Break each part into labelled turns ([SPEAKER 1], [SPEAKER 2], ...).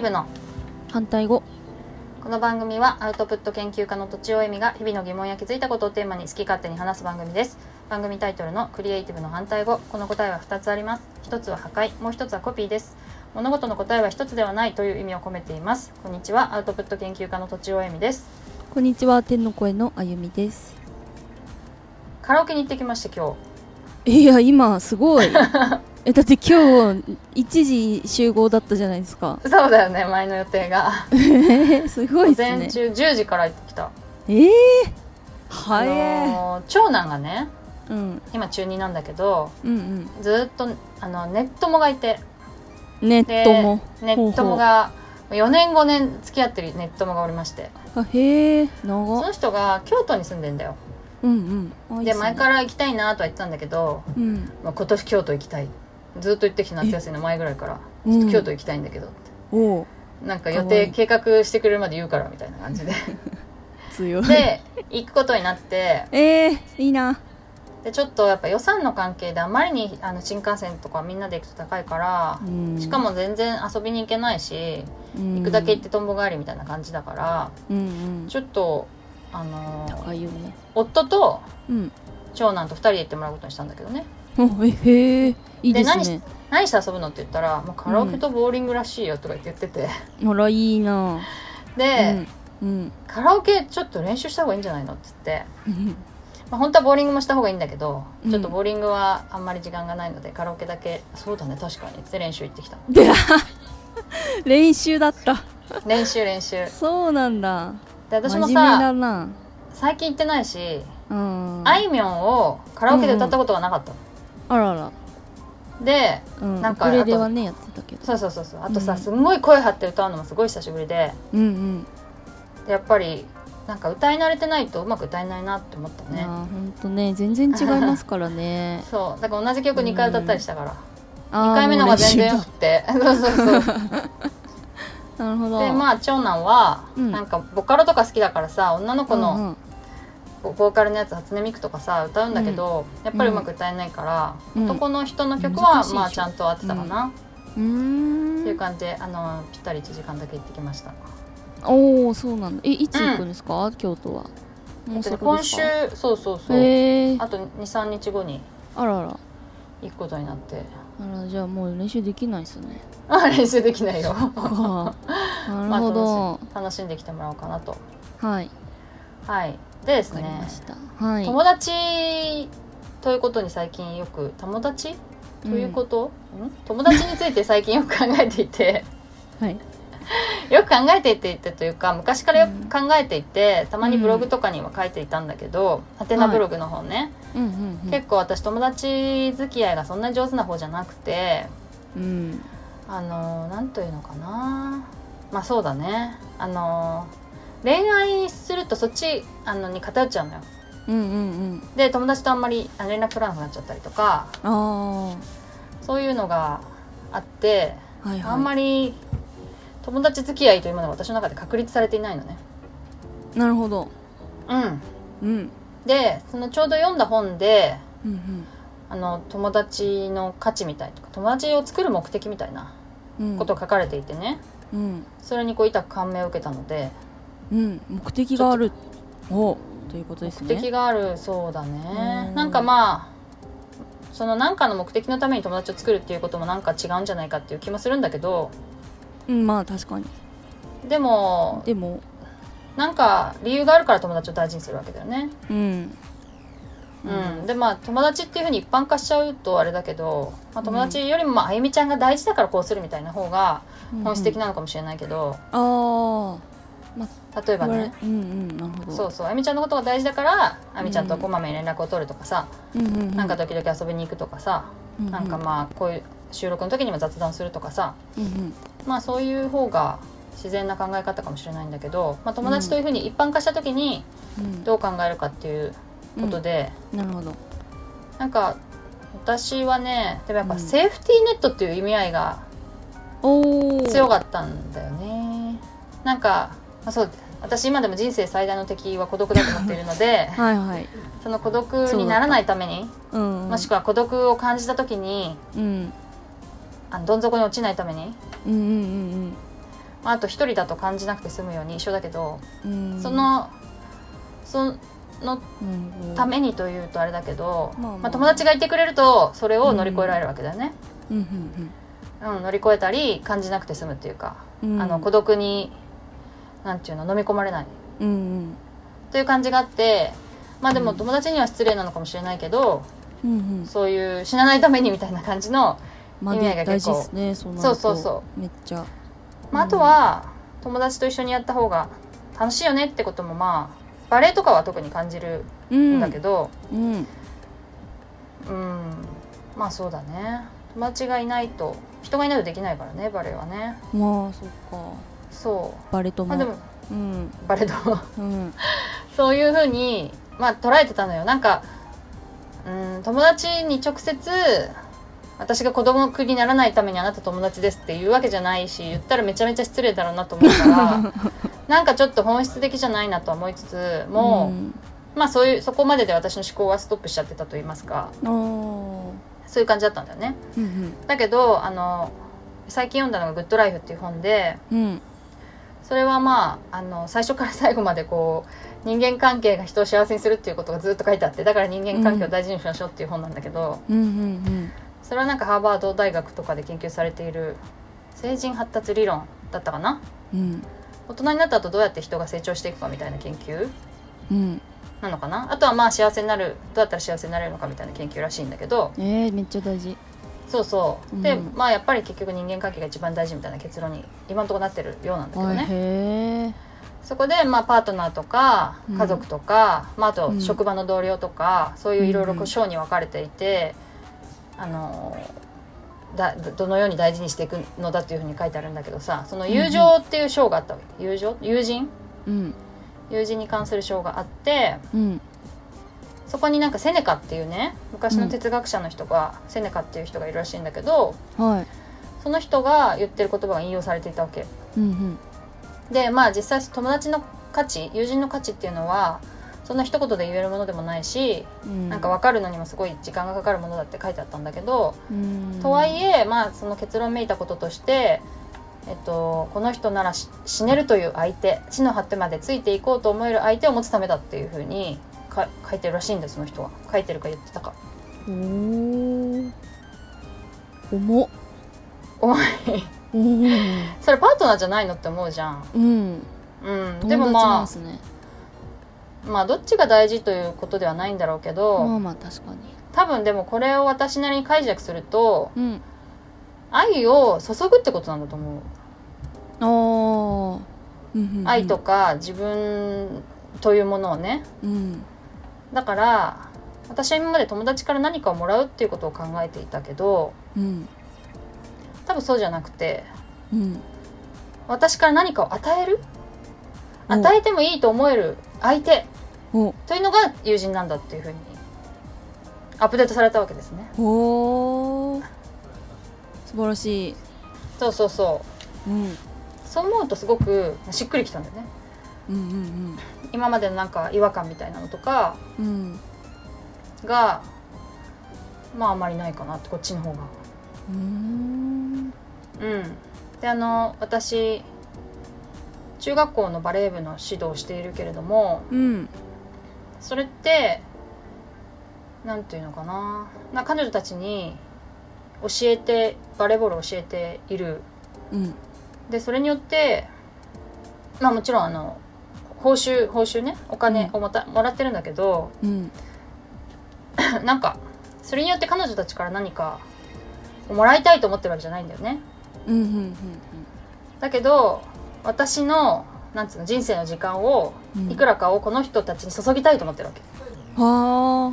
[SPEAKER 1] 部の
[SPEAKER 2] 反対語
[SPEAKER 1] この番組はアウトプット研究家のとちおえみが日々の疑問や気づいたことをテーマに好き勝手に話す番組です番組タイトルのクリエイティブの反対語この答えは2つあります1つは破壊もう1つはコピーです物事の答えは1つではないという意味を込めていますこんにちはアウトプット研究家のとちおえみです
[SPEAKER 2] こんにちは天の声のあゆみです
[SPEAKER 1] カラオケに行ってきました今
[SPEAKER 2] いや今す ごいえだって今日1時集合だったじゃないで すか
[SPEAKER 1] 日そうだよね前の予定が
[SPEAKER 2] すご
[SPEAKER 1] 午
[SPEAKER 2] いですね
[SPEAKER 1] 前中10時から行ってきた
[SPEAKER 2] ええ早
[SPEAKER 1] あ
[SPEAKER 2] え
[SPEAKER 1] のー長男がね
[SPEAKER 2] うん
[SPEAKER 1] 今中2なんだけど
[SPEAKER 2] うん
[SPEAKER 1] ずーっとあのネッ友がいて
[SPEAKER 2] うんネットも
[SPEAKER 1] ネッ友が4年5年付き合ってるネッ友がおりまして
[SPEAKER 2] あへえ
[SPEAKER 1] そ
[SPEAKER 2] 長っ
[SPEAKER 1] の人が京都に住んでんだよ
[SPEAKER 2] うんうんあいいっ
[SPEAKER 1] です
[SPEAKER 2] ね
[SPEAKER 1] 前から行きたいなとは言ってたんだけど、
[SPEAKER 2] うん
[SPEAKER 1] まあ、今年京都行きたいずっと行ってきた夏休みの前ぐらいから
[SPEAKER 2] え
[SPEAKER 1] ちょっ
[SPEAKER 2] う
[SPEAKER 1] と
[SPEAKER 2] ん
[SPEAKER 1] 京都行きたいんだけどって、
[SPEAKER 2] おう
[SPEAKER 1] なんか予
[SPEAKER 2] かわい
[SPEAKER 1] 定
[SPEAKER 2] い
[SPEAKER 1] 計画してくれるまで言うからみたいな感 じで
[SPEAKER 2] 強い
[SPEAKER 1] で行くことになって
[SPEAKER 2] ええいいな
[SPEAKER 1] でちょっとやっぱ予算の関係であまりにあの新幹線とかみんなで行くと高いから、しかも全然遊びに行けないし
[SPEAKER 2] 行
[SPEAKER 1] 行くだけ行ってとんぼ返りみたいな感じだから、
[SPEAKER 2] うんうん
[SPEAKER 1] ちょっとあのー
[SPEAKER 2] 高いよね
[SPEAKER 1] 夫と
[SPEAKER 2] うん
[SPEAKER 1] 長男と2人で行ってもらうことにしたんだけどね
[SPEAKER 2] おえへえいいで
[SPEAKER 1] です何
[SPEAKER 2] ね
[SPEAKER 1] 何して遊ぶのって言ったらもうカラオケとボーリングらしいよとか言って言ってて、
[SPEAKER 2] あらいいな
[SPEAKER 1] で、
[SPEAKER 2] うん
[SPEAKER 1] カラオケちょっと練習した方がいいんじゃないのって言って、
[SPEAKER 2] うん
[SPEAKER 1] まあ、本当はボーリングもした方がいいんだけど、
[SPEAKER 2] うん
[SPEAKER 1] ちょっとボーリングはあんまり時間がないのでカラオケだけそうだね確かにって練習行って きた
[SPEAKER 2] であ練習だった
[SPEAKER 1] 練習練習
[SPEAKER 2] そうなんだ
[SPEAKER 1] で私も
[SPEAKER 2] 真面目だ
[SPEAKER 1] さ
[SPEAKER 2] な
[SPEAKER 1] 最近行ってないし、
[SPEAKER 2] うん
[SPEAKER 1] あいみょんをカラオケで歌ったことがなかったの、
[SPEAKER 2] あらら
[SPEAKER 1] で
[SPEAKER 2] うん
[SPEAKER 1] なんか
[SPEAKER 2] ウクレレはねやってたけど
[SPEAKER 1] そうそうそうそうあとさ、
[SPEAKER 2] うん
[SPEAKER 1] すんごい声張って歌うのもすごい久しぶりで
[SPEAKER 2] うん
[SPEAKER 1] でやっぱりなんか歌い慣れてないとうまく歌えないなって思った
[SPEAKER 2] うん
[SPEAKER 1] ね
[SPEAKER 2] ああほんとね全然違いますからね
[SPEAKER 1] そうだから同じ曲2回歌ったりしたから、
[SPEAKER 2] あ
[SPEAKER 1] 1
[SPEAKER 2] ー
[SPEAKER 1] 回目の方が全然よくてそうそうそう で
[SPEAKER 2] なるほど
[SPEAKER 1] まあ長男は、
[SPEAKER 2] うん
[SPEAKER 1] なんかボカロとか好きだからさ女の子
[SPEAKER 2] うん
[SPEAKER 1] のボボーカルのやつ初音ミクとかさ歌うんだけど、やっぱりうまく歌えないから、
[SPEAKER 2] うん
[SPEAKER 1] 男の人の曲
[SPEAKER 2] 難
[SPEAKER 1] は
[SPEAKER 2] しいでしょ
[SPEAKER 1] まあちゃんと合ってたかな、
[SPEAKER 2] うん
[SPEAKER 1] っ
[SPEAKER 2] う
[SPEAKER 1] てい
[SPEAKER 2] ー
[SPEAKER 1] うん感じであのぴったり1時間だけ行ってきました
[SPEAKER 2] おおそうなんだえいつ行くんですか京都はもうそれですか
[SPEAKER 1] 今週そうそうそう、
[SPEAKER 2] へえ
[SPEAKER 1] あと23日後に
[SPEAKER 2] あらら
[SPEAKER 1] 行くことになって
[SPEAKER 2] あらじゃあもう練習できないっす ね
[SPEAKER 1] あ練習できないよ
[SPEAKER 2] かなるほど、
[SPEAKER 1] まあ、楽しんできてもらおうかなと
[SPEAKER 2] はい
[SPEAKER 1] はいでです
[SPEAKER 2] わかり
[SPEAKER 1] ね
[SPEAKER 2] ました、はい
[SPEAKER 1] 友達ということに最近よく友達ということ、ん友達について最近よく考えていて
[SPEAKER 2] と、はい
[SPEAKER 1] よく考えていてというか昔からよ
[SPEAKER 2] うん
[SPEAKER 1] く考えていてたまにブログとかには書いていたんだけどハテナブログの方ね、
[SPEAKER 2] うんうんうん
[SPEAKER 1] 結構私友達付き合いがそんなに上手な方じゃなくて
[SPEAKER 2] うん
[SPEAKER 1] あの何というのかなまあそうだねあの恋愛するとそっちあのに偏っちゃうのよ
[SPEAKER 2] うんうんうん
[SPEAKER 1] で友達とあんまりあ連絡取らなくなっちゃったりとか
[SPEAKER 2] あ
[SPEAKER 1] そういうのがあって
[SPEAKER 2] あはいはい
[SPEAKER 1] あんまり友達付き合いというものが私の中で確立されていないのね
[SPEAKER 2] なるほど
[SPEAKER 1] うん
[SPEAKER 2] うん
[SPEAKER 1] でそのちょうど読んだ本で
[SPEAKER 2] うんうん
[SPEAKER 1] あの友達の価値みたいとか友達を作る目的みたいな
[SPEAKER 2] うん
[SPEAKER 1] ことが書かれていてね、
[SPEAKER 2] うん
[SPEAKER 1] それにこう痛く感銘を受けたので
[SPEAKER 2] うん目的があるおということです
[SPEAKER 1] 目
[SPEAKER 2] ね
[SPEAKER 1] 的があるそうだね
[SPEAKER 2] うん
[SPEAKER 1] なんかまあその何かの目的のために友達を作るっていうこともなんか違うんじゃないかっていう気もするんだけど
[SPEAKER 2] うんまあ確かに
[SPEAKER 1] でも
[SPEAKER 2] でも
[SPEAKER 1] なんか理由があるから友達を大事にするわけだよね、
[SPEAKER 2] うん
[SPEAKER 1] うん、でまあ友達っていうふうに一般化しちゃうとあれだけど、まあ、友達よりもまああゆみちゃんが大事だからこうするみたいな方が本質的
[SPEAKER 2] な
[SPEAKER 1] なのかもしれないけど、
[SPEAKER 2] ああ
[SPEAKER 1] 例えば
[SPEAKER 2] 言われ
[SPEAKER 1] ね
[SPEAKER 2] うんうんなるほど
[SPEAKER 1] そうそうあゆみちゃんのことが大事だからあゆみちゃんとこまめに連絡を取るとかさ、
[SPEAKER 2] うんうんうん
[SPEAKER 1] なんか時々遊びに行くとかさ、
[SPEAKER 2] うう
[SPEAKER 1] なんかまあこういう収録の時にも雑談するとかさ
[SPEAKER 2] うんうん
[SPEAKER 1] まあそういう方が自然な考え方かもしれないんだけど、まあ、友達というふうに一般化した時に
[SPEAKER 2] うん
[SPEAKER 1] どう考えるかっていうことで、
[SPEAKER 2] うんなるほど
[SPEAKER 1] なんか私はねでもやっ
[SPEAKER 2] う
[SPEAKER 1] ぱ
[SPEAKER 2] ん
[SPEAKER 1] セーフティーネットっていう意味合いが
[SPEAKER 2] おお
[SPEAKER 1] 強かったんだよね。なんか、まあ、そう私今でも人生最大の敵は孤独だと思っているの で
[SPEAKER 2] はいはい
[SPEAKER 1] その孤独にならないために
[SPEAKER 2] うん
[SPEAKER 1] もしくは孤独を感じた時に
[SPEAKER 2] うん
[SPEAKER 1] あのどん底に落ちないために
[SPEAKER 2] うんうんうんうん
[SPEAKER 1] まあ、あと一人だと感じなくて済むように一緒だけど、
[SPEAKER 2] うん
[SPEAKER 1] そのその
[SPEAKER 2] うん
[SPEAKER 1] ためにというとあれだけど、
[SPEAKER 2] まあまあ
[SPEAKER 1] まあ、友達がいてくれるとそれを乗り越えられるわけだよね、
[SPEAKER 2] うんうん
[SPEAKER 1] うん乗り越えたり感じなくて済むっていうか、
[SPEAKER 2] うんうん
[SPEAKER 1] あの孤独になんていうの飲み込まれない
[SPEAKER 2] うんうん
[SPEAKER 1] という感じがあってまあでも
[SPEAKER 2] うん
[SPEAKER 1] 友達には失礼なのかもしれないけど、
[SPEAKER 2] うんうん
[SPEAKER 1] そういう死なないためにみたいな感じの、
[SPEAKER 2] まあ
[SPEAKER 1] 意味合いが
[SPEAKER 2] 大
[SPEAKER 1] 結
[SPEAKER 2] 事
[SPEAKER 1] 構
[SPEAKER 2] ですねそうなると
[SPEAKER 1] そうそうそ
[SPEAKER 2] めっちゃ
[SPEAKER 1] まあ、あとは友達と一緒にやった方が楽しいよねってこともまあバレエとかは特に感じる
[SPEAKER 2] うん
[SPEAKER 1] んだけど、
[SPEAKER 2] うん
[SPEAKER 1] うん、まあそうだね友達がいないと人がいないとできないからねバレエはね
[SPEAKER 2] まあそっか
[SPEAKER 1] そ
[SPEAKER 2] バレと
[SPEAKER 1] う
[SPEAKER 2] も
[SPEAKER 1] まあでも
[SPEAKER 2] うん
[SPEAKER 1] バレエと
[SPEAKER 2] うん
[SPEAKER 1] そういうふうにまあ捉えてたのよなんかうん友達に直接私が子供にならないためにあなた友達ですって言うわけじゃないし言ったらめちゃめちゃ失礼だろうなと思うから なんかちょっと本質的じゃないなとは思いつつも
[SPEAKER 2] う、ん
[SPEAKER 1] まあそういうそこまでで私の思考はストップしちゃってたと言いますか
[SPEAKER 2] あー
[SPEAKER 1] そういう感じだったんだよね。
[SPEAKER 2] うん
[SPEAKER 1] だけどあの最近読んだのが「グッドライフ」っていう本で
[SPEAKER 2] うんうん
[SPEAKER 1] それはまああの最初から最後までこう人間関係が人を幸せにするっていうことがずっと書いてあってだから人間関係を大事にしましょうっていう本なんだけど、
[SPEAKER 2] うんうん
[SPEAKER 1] それはなんかハーバード大学とかで研究されている成人発達理論だったかな
[SPEAKER 2] うんうん
[SPEAKER 1] 大人になった後どうやって人が成長していくかみたいな研究
[SPEAKER 2] うん
[SPEAKER 1] なのかなあとはまあ幸せになるどうやったら幸せになれるのかみたいな研究らしいんだけど
[SPEAKER 2] えー、めっちゃ大事
[SPEAKER 1] そうそうで、
[SPEAKER 2] うん
[SPEAKER 1] まあやっぱり結局人間関係が一番大事みたいな結論に今のところなってるようなんだけど
[SPEAKER 2] はい
[SPEAKER 1] ね。
[SPEAKER 2] へえ
[SPEAKER 1] そこで、まあ、パートナーとか
[SPEAKER 2] うん
[SPEAKER 1] 家族とか、まあ、あ
[SPEAKER 2] う
[SPEAKER 1] と
[SPEAKER 2] ん
[SPEAKER 1] 職場の同僚とか、そういういろいろ
[SPEAKER 2] うん
[SPEAKER 1] こ
[SPEAKER 2] うん
[SPEAKER 1] う章に分かれていて、あのだどのように大事にしていくのだっていうふうに書いてあるんだけどさその友情っていう章があったわけ友情友人
[SPEAKER 2] うん
[SPEAKER 1] 友人に関する章があって
[SPEAKER 2] うん
[SPEAKER 1] そこになんかセネカっていうね昔の哲学者の人が、セネカっていう人がいるらしいんだけど
[SPEAKER 2] はい
[SPEAKER 1] その人が言ってる言葉が引用されていたわけ。
[SPEAKER 2] うんうん
[SPEAKER 1] でまあ実際友達の価値友人の価値っていうのはそんな一言で言えるものでもないし、
[SPEAKER 2] うん
[SPEAKER 1] なんか分かるのにもすごい時間がかかるものだって書いてあったんだけど、
[SPEAKER 2] うん
[SPEAKER 1] とはいえまあその結論めいたこととして、えっと、この人ならし死ねるという相手死の果てまでついていこうと思える相手を持つためだっていうふうにか書いてるらしいんですその人は書いてるか言ってたか
[SPEAKER 2] おー重っ
[SPEAKER 1] 重い
[SPEAKER 2] おー
[SPEAKER 1] それパートナーじゃないのって思うじゃん、
[SPEAKER 2] うん
[SPEAKER 1] うん、で
[SPEAKER 2] 友
[SPEAKER 1] も
[SPEAKER 2] 達な
[SPEAKER 1] ま
[SPEAKER 2] ん
[SPEAKER 1] あ
[SPEAKER 2] すね
[SPEAKER 1] まあどっちが大事ということではないんだろうけど、
[SPEAKER 2] まあまあ確かに
[SPEAKER 1] 多分でもこれを私なりに解釈すると
[SPEAKER 2] うん
[SPEAKER 1] 愛を注ぐってことなんだと思う、
[SPEAKER 2] あーうんうんうん
[SPEAKER 1] 愛とか自分というものをね
[SPEAKER 2] うん
[SPEAKER 1] だから私は今まで友達から何かをもらうっていうことを考えていたけど
[SPEAKER 2] うん
[SPEAKER 1] 多分そうじゃなくて
[SPEAKER 2] うん
[SPEAKER 1] 私から何かを与える
[SPEAKER 2] お
[SPEAKER 1] 与えてもいいと思える相手
[SPEAKER 2] お
[SPEAKER 1] というのが友人なんだっていうふうにアップデートされたわけですね
[SPEAKER 2] おー素晴らしい
[SPEAKER 1] そうそうそう
[SPEAKER 2] うん
[SPEAKER 1] そう思うとすごくしっくりきたんだよね
[SPEAKER 2] うんうん
[SPEAKER 1] 今までのなんか違和感みたいなのとか
[SPEAKER 2] うんうん
[SPEAKER 1] がまああまりないかなってこっちの方が。
[SPEAKER 2] うーん
[SPEAKER 1] うん、であの私中学校のバレー部の指導をしているけれども
[SPEAKER 2] うん
[SPEAKER 1] それってなんていうのかなな彼女たちに教えてバレーボールを教えている
[SPEAKER 2] うん
[SPEAKER 1] でそれによってまあもちろんあの報酬報酬ねお金をもた、もらってるんだけど
[SPEAKER 2] うん
[SPEAKER 1] なんかそれによって彼女たちから何かをもらいたいと思ってるわけじゃないんだよね。
[SPEAKER 2] うんうんうん
[SPEAKER 1] だけど私のなんつうの人生の時間を
[SPEAKER 2] うん
[SPEAKER 1] いくらかをこの人たちに注ぎたいと思ってるわけ。
[SPEAKER 2] はあ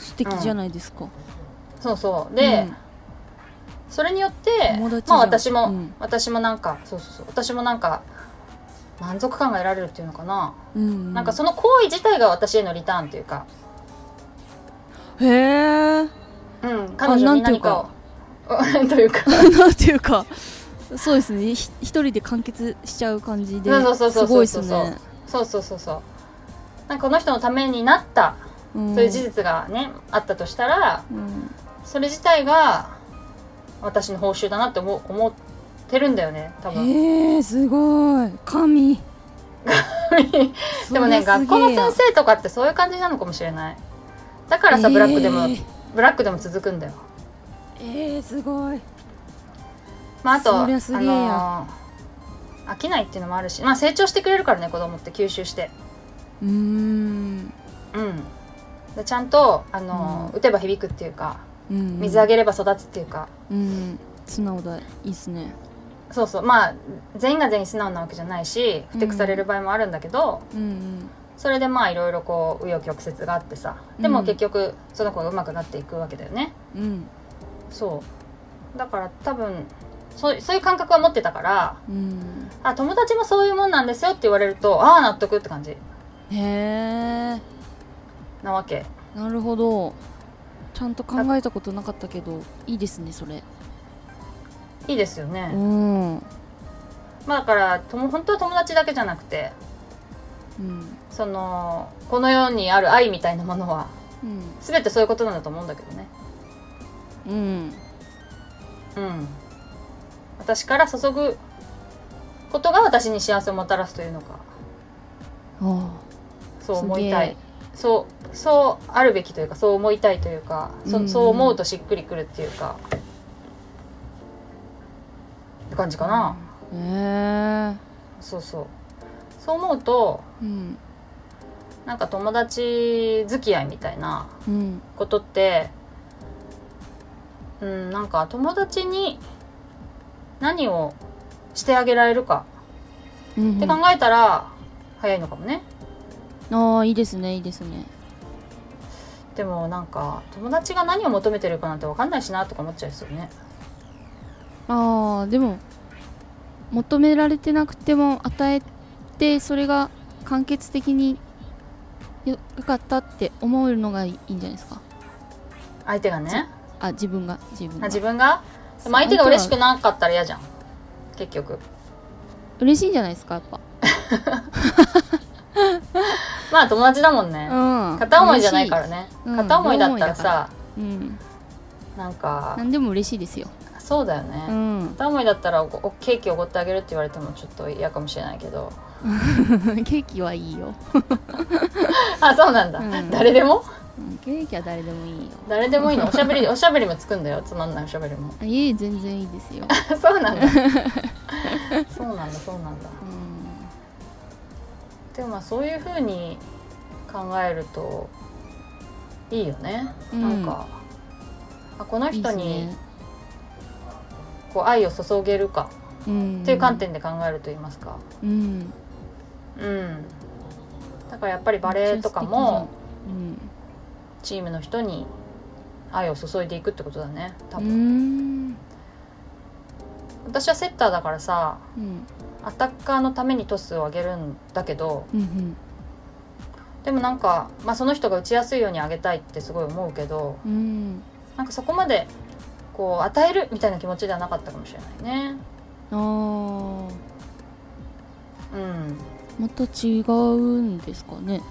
[SPEAKER 2] 素敵じゃないですか、
[SPEAKER 1] そうそうで、それによって
[SPEAKER 2] 友達じゃ
[SPEAKER 1] まあ私も、
[SPEAKER 2] んうん
[SPEAKER 1] 私もなんかそうそうそう私もなんか満足感が得られるっていうのかな、
[SPEAKER 2] うんうん、
[SPEAKER 1] なんかその行為自体が私へのリターンというか、
[SPEAKER 2] へえ
[SPEAKER 1] うん、彼女に何かをうん というか
[SPEAKER 2] なんていうかそうですねひ一人で完結しちゃう感じで
[SPEAKER 1] そうそうそうそうそう
[SPEAKER 2] すごいですね、
[SPEAKER 1] そうそうそうそうなんかこの人のためになった
[SPEAKER 2] うん、
[SPEAKER 1] そういう事実がね、あったとしたら
[SPEAKER 2] うん
[SPEAKER 1] それ自体が私の報酬だなって思う思ってるんだよね多分
[SPEAKER 2] へえすごい神
[SPEAKER 1] でもね
[SPEAKER 2] それすげ
[SPEAKER 1] 学
[SPEAKER 2] え
[SPEAKER 1] 校の先生とかってそういう感じなのかもしれないだからさブラックでも、
[SPEAKER 2] えー
[SPEAKER 1] ブラックでも続くんだよ
[SPEAKER 2] えー、すごい
[SPEAKER 1] まああと
[SPEAKER 2] そ
[SPEAKER 1] あ
[SPEAKER 2] り
[SPEAKER 1] の
[SPEAKER 2] ゃすげえや
[SPEAKER 1] ー飽きないっていうのもあるしまあ成長してくれるからね子供って吸収して
[SPEAKER 2] うーん、
[SPEAKER 1] うんでちゃんとあのー、
[SPEAKER 2] うん
[SPEAKER 1] 打てば響くっていうか
[SPEAKER 2] うん、
[SPEAKER 1] 水あげれば育つっていうか、
[SPEAKER 2] うん素直だいいっすね
[SPEAKER 1] そうそうまあ全員が全員素直なわけじゃないし不適される場合もあるんだけど、
[SPEAKER 2] うん
[SPEAKER 1] それでまあいろいろこう紆余曲折があってさで
[SPEAKER 2] う
[SPEAKER 1] も
[SPEAKER 2] ん
[SPEAKER 1] 結局その子が上手くなっていくわけだよね、
[SPEAKER 2] うんうん
[SPEAKER 1] そうだから多分そうそういう感覚は持ってたから
[SPEAKER 2] うん
[SPEAKER 1] あ友達もそういうもんなんですよって言われるとああ納得って感じ
[SPEAKER 2] へえ
[SPEAKER 1] なわけ
[SPEAKER 2] なるほどちゃんと考えたことなかったけどいいですねそれ
[SPEAKER 1] いいですよね、
[SPEAKER 2] うんうん
[SPEAKER 1] まあだからとも本当は友達だけじゃなくてそのこの世にある愛みたいなものは
[SPEAKER 2] うん
[SPEAKER 1] 全てそういうことなんだと思うんだけどね
[SPEAKER 2] うん
[SPEAKER 1] うん私から注ぐことが私に幸せをもたらすというのか
[SPEAKER 2] あ
[SPEAKER 1] そう
[SPEAKER 2] すげえ
[SPEAKER 1] 思いたいそうそうあるべきというかそう思いたいというかそ,、
[SPEAKER 2] うんうん
[SPEAKER 1] そう思うとしっくりくるっていうかって感じかな、
[SPEAKER 2] あへえ
[SPEAKER 1] そうそうそう思うと
[SPEAKER 2] うん
[SPEAKER 1] なんか友達付き合いみたいな
[SPEAKER 2] うん
[SPEAKER 1] ことってうんなんか友達に何をしてあげられるか
[SPEAKER 2] うん
[SPEAKER 1] って考えたら早いのかもね、
[SPEAKER 2] ああいいですねいいですね
[SPEAKER 1] でもなんか友達が何を求めてるかなんて分かんないしなとか思っちゃいですよね
[SPEAKER 2] ああでも求められてなくても与えてそれが完結的によよかったって思うのがいいいいんじゃないですか
[SPEAKER 1] 相手がね
[SPEAKER 2] あ自分が自分
[SPEAKER 1] あ
[SPEAKER 2] が
[SPEAKER 1] 自分がでも相手が嬉しくなかったら嫌じゃん結局
[SPEAKER 2] 嬉しいんじゃないですかやっぱ
[SPEAKER 1] まあ友達だもんね、
[SPEAKER 2] うん
[SPEAKER 1] 片思いじゃないからね、
[SPEAKER 2] 嬉しいうん
[SPEAKER 1] 片思いだったらさ
[SPEAKER 2] 嬉しいうん
[SPEAKER 1] なんか
[SPEAKER 2] 何でも嬉しいですよ
[SPEAKER 1] そうだよね、
[SPEAKER 2] うん
[SPEAKER 1] 片思いだったらおおケーキおごってあげるって言われてもちょっと嫌かもしれないけど
[SPEAKER 2] ケーキはいいよ、
[SPEAKER 1] あそうなんだ、
[SPEAKER 2] うん
[SPEAKER 1] 誰でも
[SPEAKER 2] うん、ケーキは誰でもいいよ
[SPEAKER 1] 誰でもいいのおしゃべりお しゃべりもつくんだよつまんないおしゃべりも
[SPEAKER 2] あいえ全然いいですよ、
[SPEAKER 1] そうなん だそうなんだそうなんだ
[SPEAKER 2] う
[SPEAKER 1] でもまあそういうふうに考えるといいよね、
[SPEAKER 2] うん
[SPEAKER 1] なんかあこの
[SPEAKER 2] ん、いい
[SPEAKER 1] 人
[SPEAKER 2] っす
[SPEAKER 1] に
[SPEAKER 2] ね
[SPEAKER 1] こう愛を注げるか
[SPEAKER 2] うん、
[SPEAKER 1] っていう観点で考えると言いますか、
[SPEAKER 2] うん
[SPEAKER 1] うん、だからやっぱりバレエとかもチームの人に愛を注いでいくってことだね多
[SPEAKER 2] うんう
[SPEAKER 1] 分、
[SPEAKER 2] ん
[SPEAKER 1] 私はセッターだからさ
[SPEAKER 2] うん
[SPEAKER 1] アタッカーのためにトスを上げるんだけど
[SPEAKER 2] うんうん
[SPEAKER 1] でもなんか、まあ、その人が打ちやすいように上げたいってすごい思うけど
[SPEAKER 2] うん
[SPEAKER 1] なんかそこまでこう与えるみたいな気持ちではなかったかもしれないね
[SPEAKER 2] あー
[SPEAKER 1] うん
[SPEAKER 2] また違うんですかね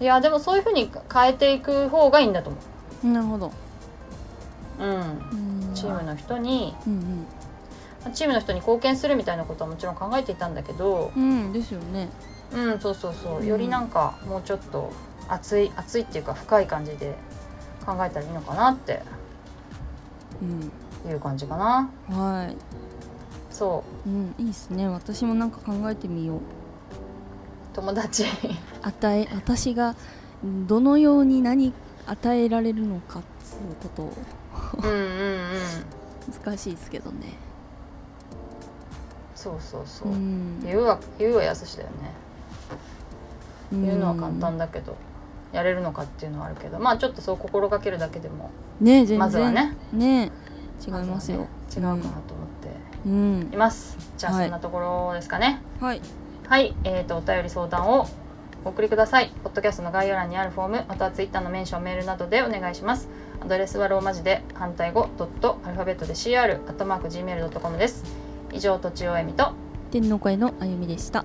[SPEAKER 1] いやでもそういうふうに変えていく方がいいんだと思
[SPEAKER 2] なるほど、
[SPEAKER 1] う、うん、
[SPEAKER 2] うん、
[SPEAKER 1] チームの人に
[SPEAKER 2] うん
[SPEAKER 1] チームの人に貢献するみたいなことはもちろん考えていたんだけど
[SPEAKER 2] うんうんですよね
[SPEAKER 1] うんそうそうそううんよりなんかもうちょっと熱い熱いっていうか深い感じで考えたらいいのかなって
[SPEAKER 2] うん
[SPEAKER 1] いう感じかな
[SPEAKER 2] は
[SPEAKER 1] そ
[SPEAKER 2] い、うん、いいっすね私もなんか考えてみよう
[SPEAKER 1] う友 達
[SPEAKER 2] 与え私がどのように何与えられるのかっつうこと
[SPEAKER 1] う
[SPEAKER 2] を
[SPEAKER 1] んうんうん
[SPEAKER 2] 難しいですけどね
[SPEAKER 1] そうそうそうう、
[SPEAKER 2] ん
[SPEAKER 1] 言うは言うはやすしだよね言うのは簡単
[SPEAKER 2] だ
[SPEAKER 1] だけど、やれるのかっていうのはあるけどまあちょっとそう心がけるだけでも
[SPEAKER 2] ね全然
[SPEAKER 1] まずはね
[SPEAKER 2] ね違います
[SPEAKER 1] ま
[SPEAKER 2] よ、
[SPEAKER 1] ずはね違うかなと思っ
[SPEAKER 2] うん
[SPEAKER 1] ています、じゃあ
[SPEAKER 2] はい
[SPEAKER 1] そんなところですかね、
[SPEAKER 2] はい
[SPEAKER 1] はい、えー、とお便り相談をお送りください。ポッドキャストの概要欄にあるフォーム、またはツイッターのメンション、メールなどでお願いします。アドレスはローマ字で反対語ドットアルファベットで CR アットマーク gmail.com です。以上、とちおえみと
[SPEAKER 2] 天皇会のあゆみでした